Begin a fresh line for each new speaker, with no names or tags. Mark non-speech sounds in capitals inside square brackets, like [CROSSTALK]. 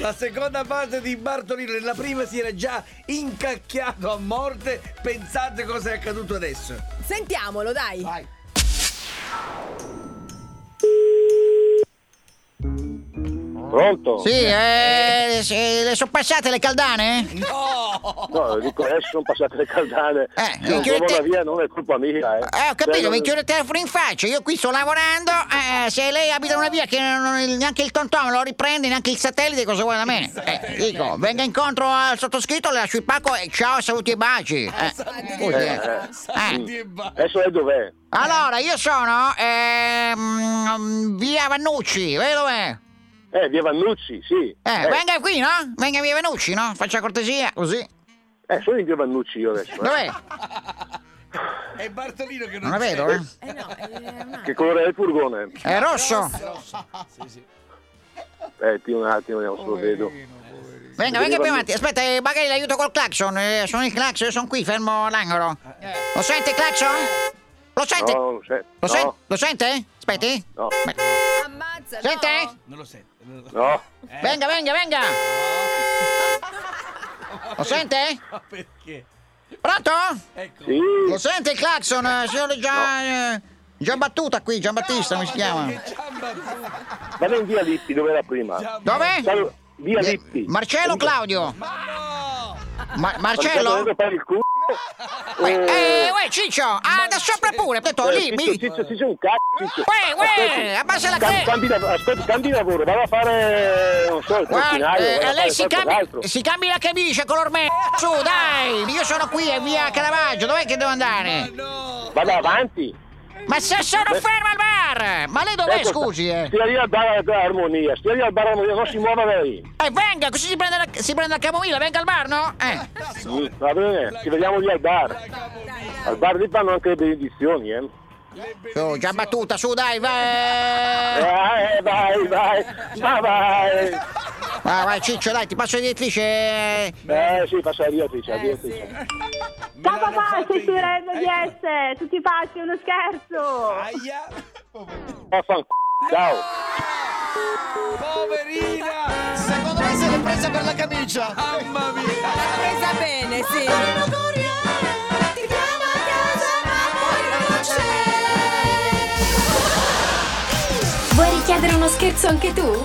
La seconda parte di Bartolino, nella prima si era già incacchiato a morte. Pensate cosa è accaduto adesso.
Sentiamolo, dai.
Vai.
Pronto?
Sì, eh, se- le sono passate le caldane?
No!
No, dico adesso sono passate le caldane.
Eh,
Io
eh, chiudi
non
te-
la via, non è colpa mia. Eh,
Eh, ho capito,
Cioè,
mi
non-
chiude il telefono in faccia, io qui sto lavorando, eh, se lei abita una via che non- neanche il tonton lo riprende, neanche il satellite, cosa vuole da me? Eh, dico, venga incontro al sottoscritto, le lascio il pacco e ciao, saluti e baci. Eh, scusi, eh.
eh.
Eh.
Santi e Bar-
Adesso lei dov'è?
Allora, io sono ehm, via Vannucci, vedi dov'è?
Eh, via Vannucci, sì.
Eh, venga qui, no? Venga via Vannucci, no? Faccia cortesia, così.
eh, sono in via Vannucci io adesso. eh.
Dov'è?
È Bartolino che non,
Non la
c'è.
vedo, eh?
Eh no, eh, un attimo.
Che colore è il furgone?
È rosso.
Eh, ti un attimo, vediamo se lo vedo.
Eh, Venga, venga più avanti. Aspetta, eh, magari l'aiuto col clacson. eh, sono il clacson, io sono qui, fermo all'angolo. Lo sente il clacson? Lo sente?
No, non c'è.
Lo, sen-
No,
lo sente? Aspetti.
no,
Ammazza,
Sente?
no.
Non lo sento.
no.
Venga, venga, venga. Lo sente?
[LAUGHS] Ma perché?
Pronto?
Ecco.
Sì,
Lo sente il clacson, eh, signore Gian... Gian Battuta qui, Gian Battista come si chiama?
Che ciambattuta.
vado in via Lippi, dove era prima?
Dove?
Salve- Via Lippi.
Eh, Marcello Claudio.
Ma no!
Ma-
Marcello?
Marcello?
Dove fare il culo?
Eh, uè, Ciccio! Ah, da sopra pure, ho detto lì,
Ciccio,
mi...
Ciccio, Ciccio, è un cazzo. Ciccio.
Uè, uè,
Aspetti.
abbassa la
Cam-
cre...
cambi, lav- aspetti, cambi lavoro, vado a fare, non so, il
Guarda,
portinaio,
eh,
vado a
lei
fare
si eh,
qualcos'altro.
cambi, si cambi la camicia color me. Su, dai, io sono qui a via Caravaggio, dov'è che devo andare?
No!
Vado avanti.
Ma se sono fermo al bar! Ma lei dov'è,
Ecco,
scusi? Eh,
Stia lì al bar dell'armonia, stia lì al bar dell'armonia, non si muova lei.
Eh, venga, così si prende la, si prende la camomilla, venga al bar, no? Eh,
Mm, Va bene, ci vediamo lì al bar. Al bar lì fanno anche le benedizioni, eh.
su, già battuta, su, dai, vai!
Eh, vai, vai, ma vai.
Vai, vai, Ciccio, dai, ti passo l'editrice.
Eh, sì, passa via, Tricia, via, Tricia.
Ciao papà, sei Firenze
Eh,
DS, tutti pazzi, è uno scherzo!
Aia!
Vaffanculo. Ciao.
Poverina!
Secondo me se l'è presa per la camicia.
Mamma mia!
L'ha presa bene, sì.
Vuoi richiedere uno scherzo anche tu?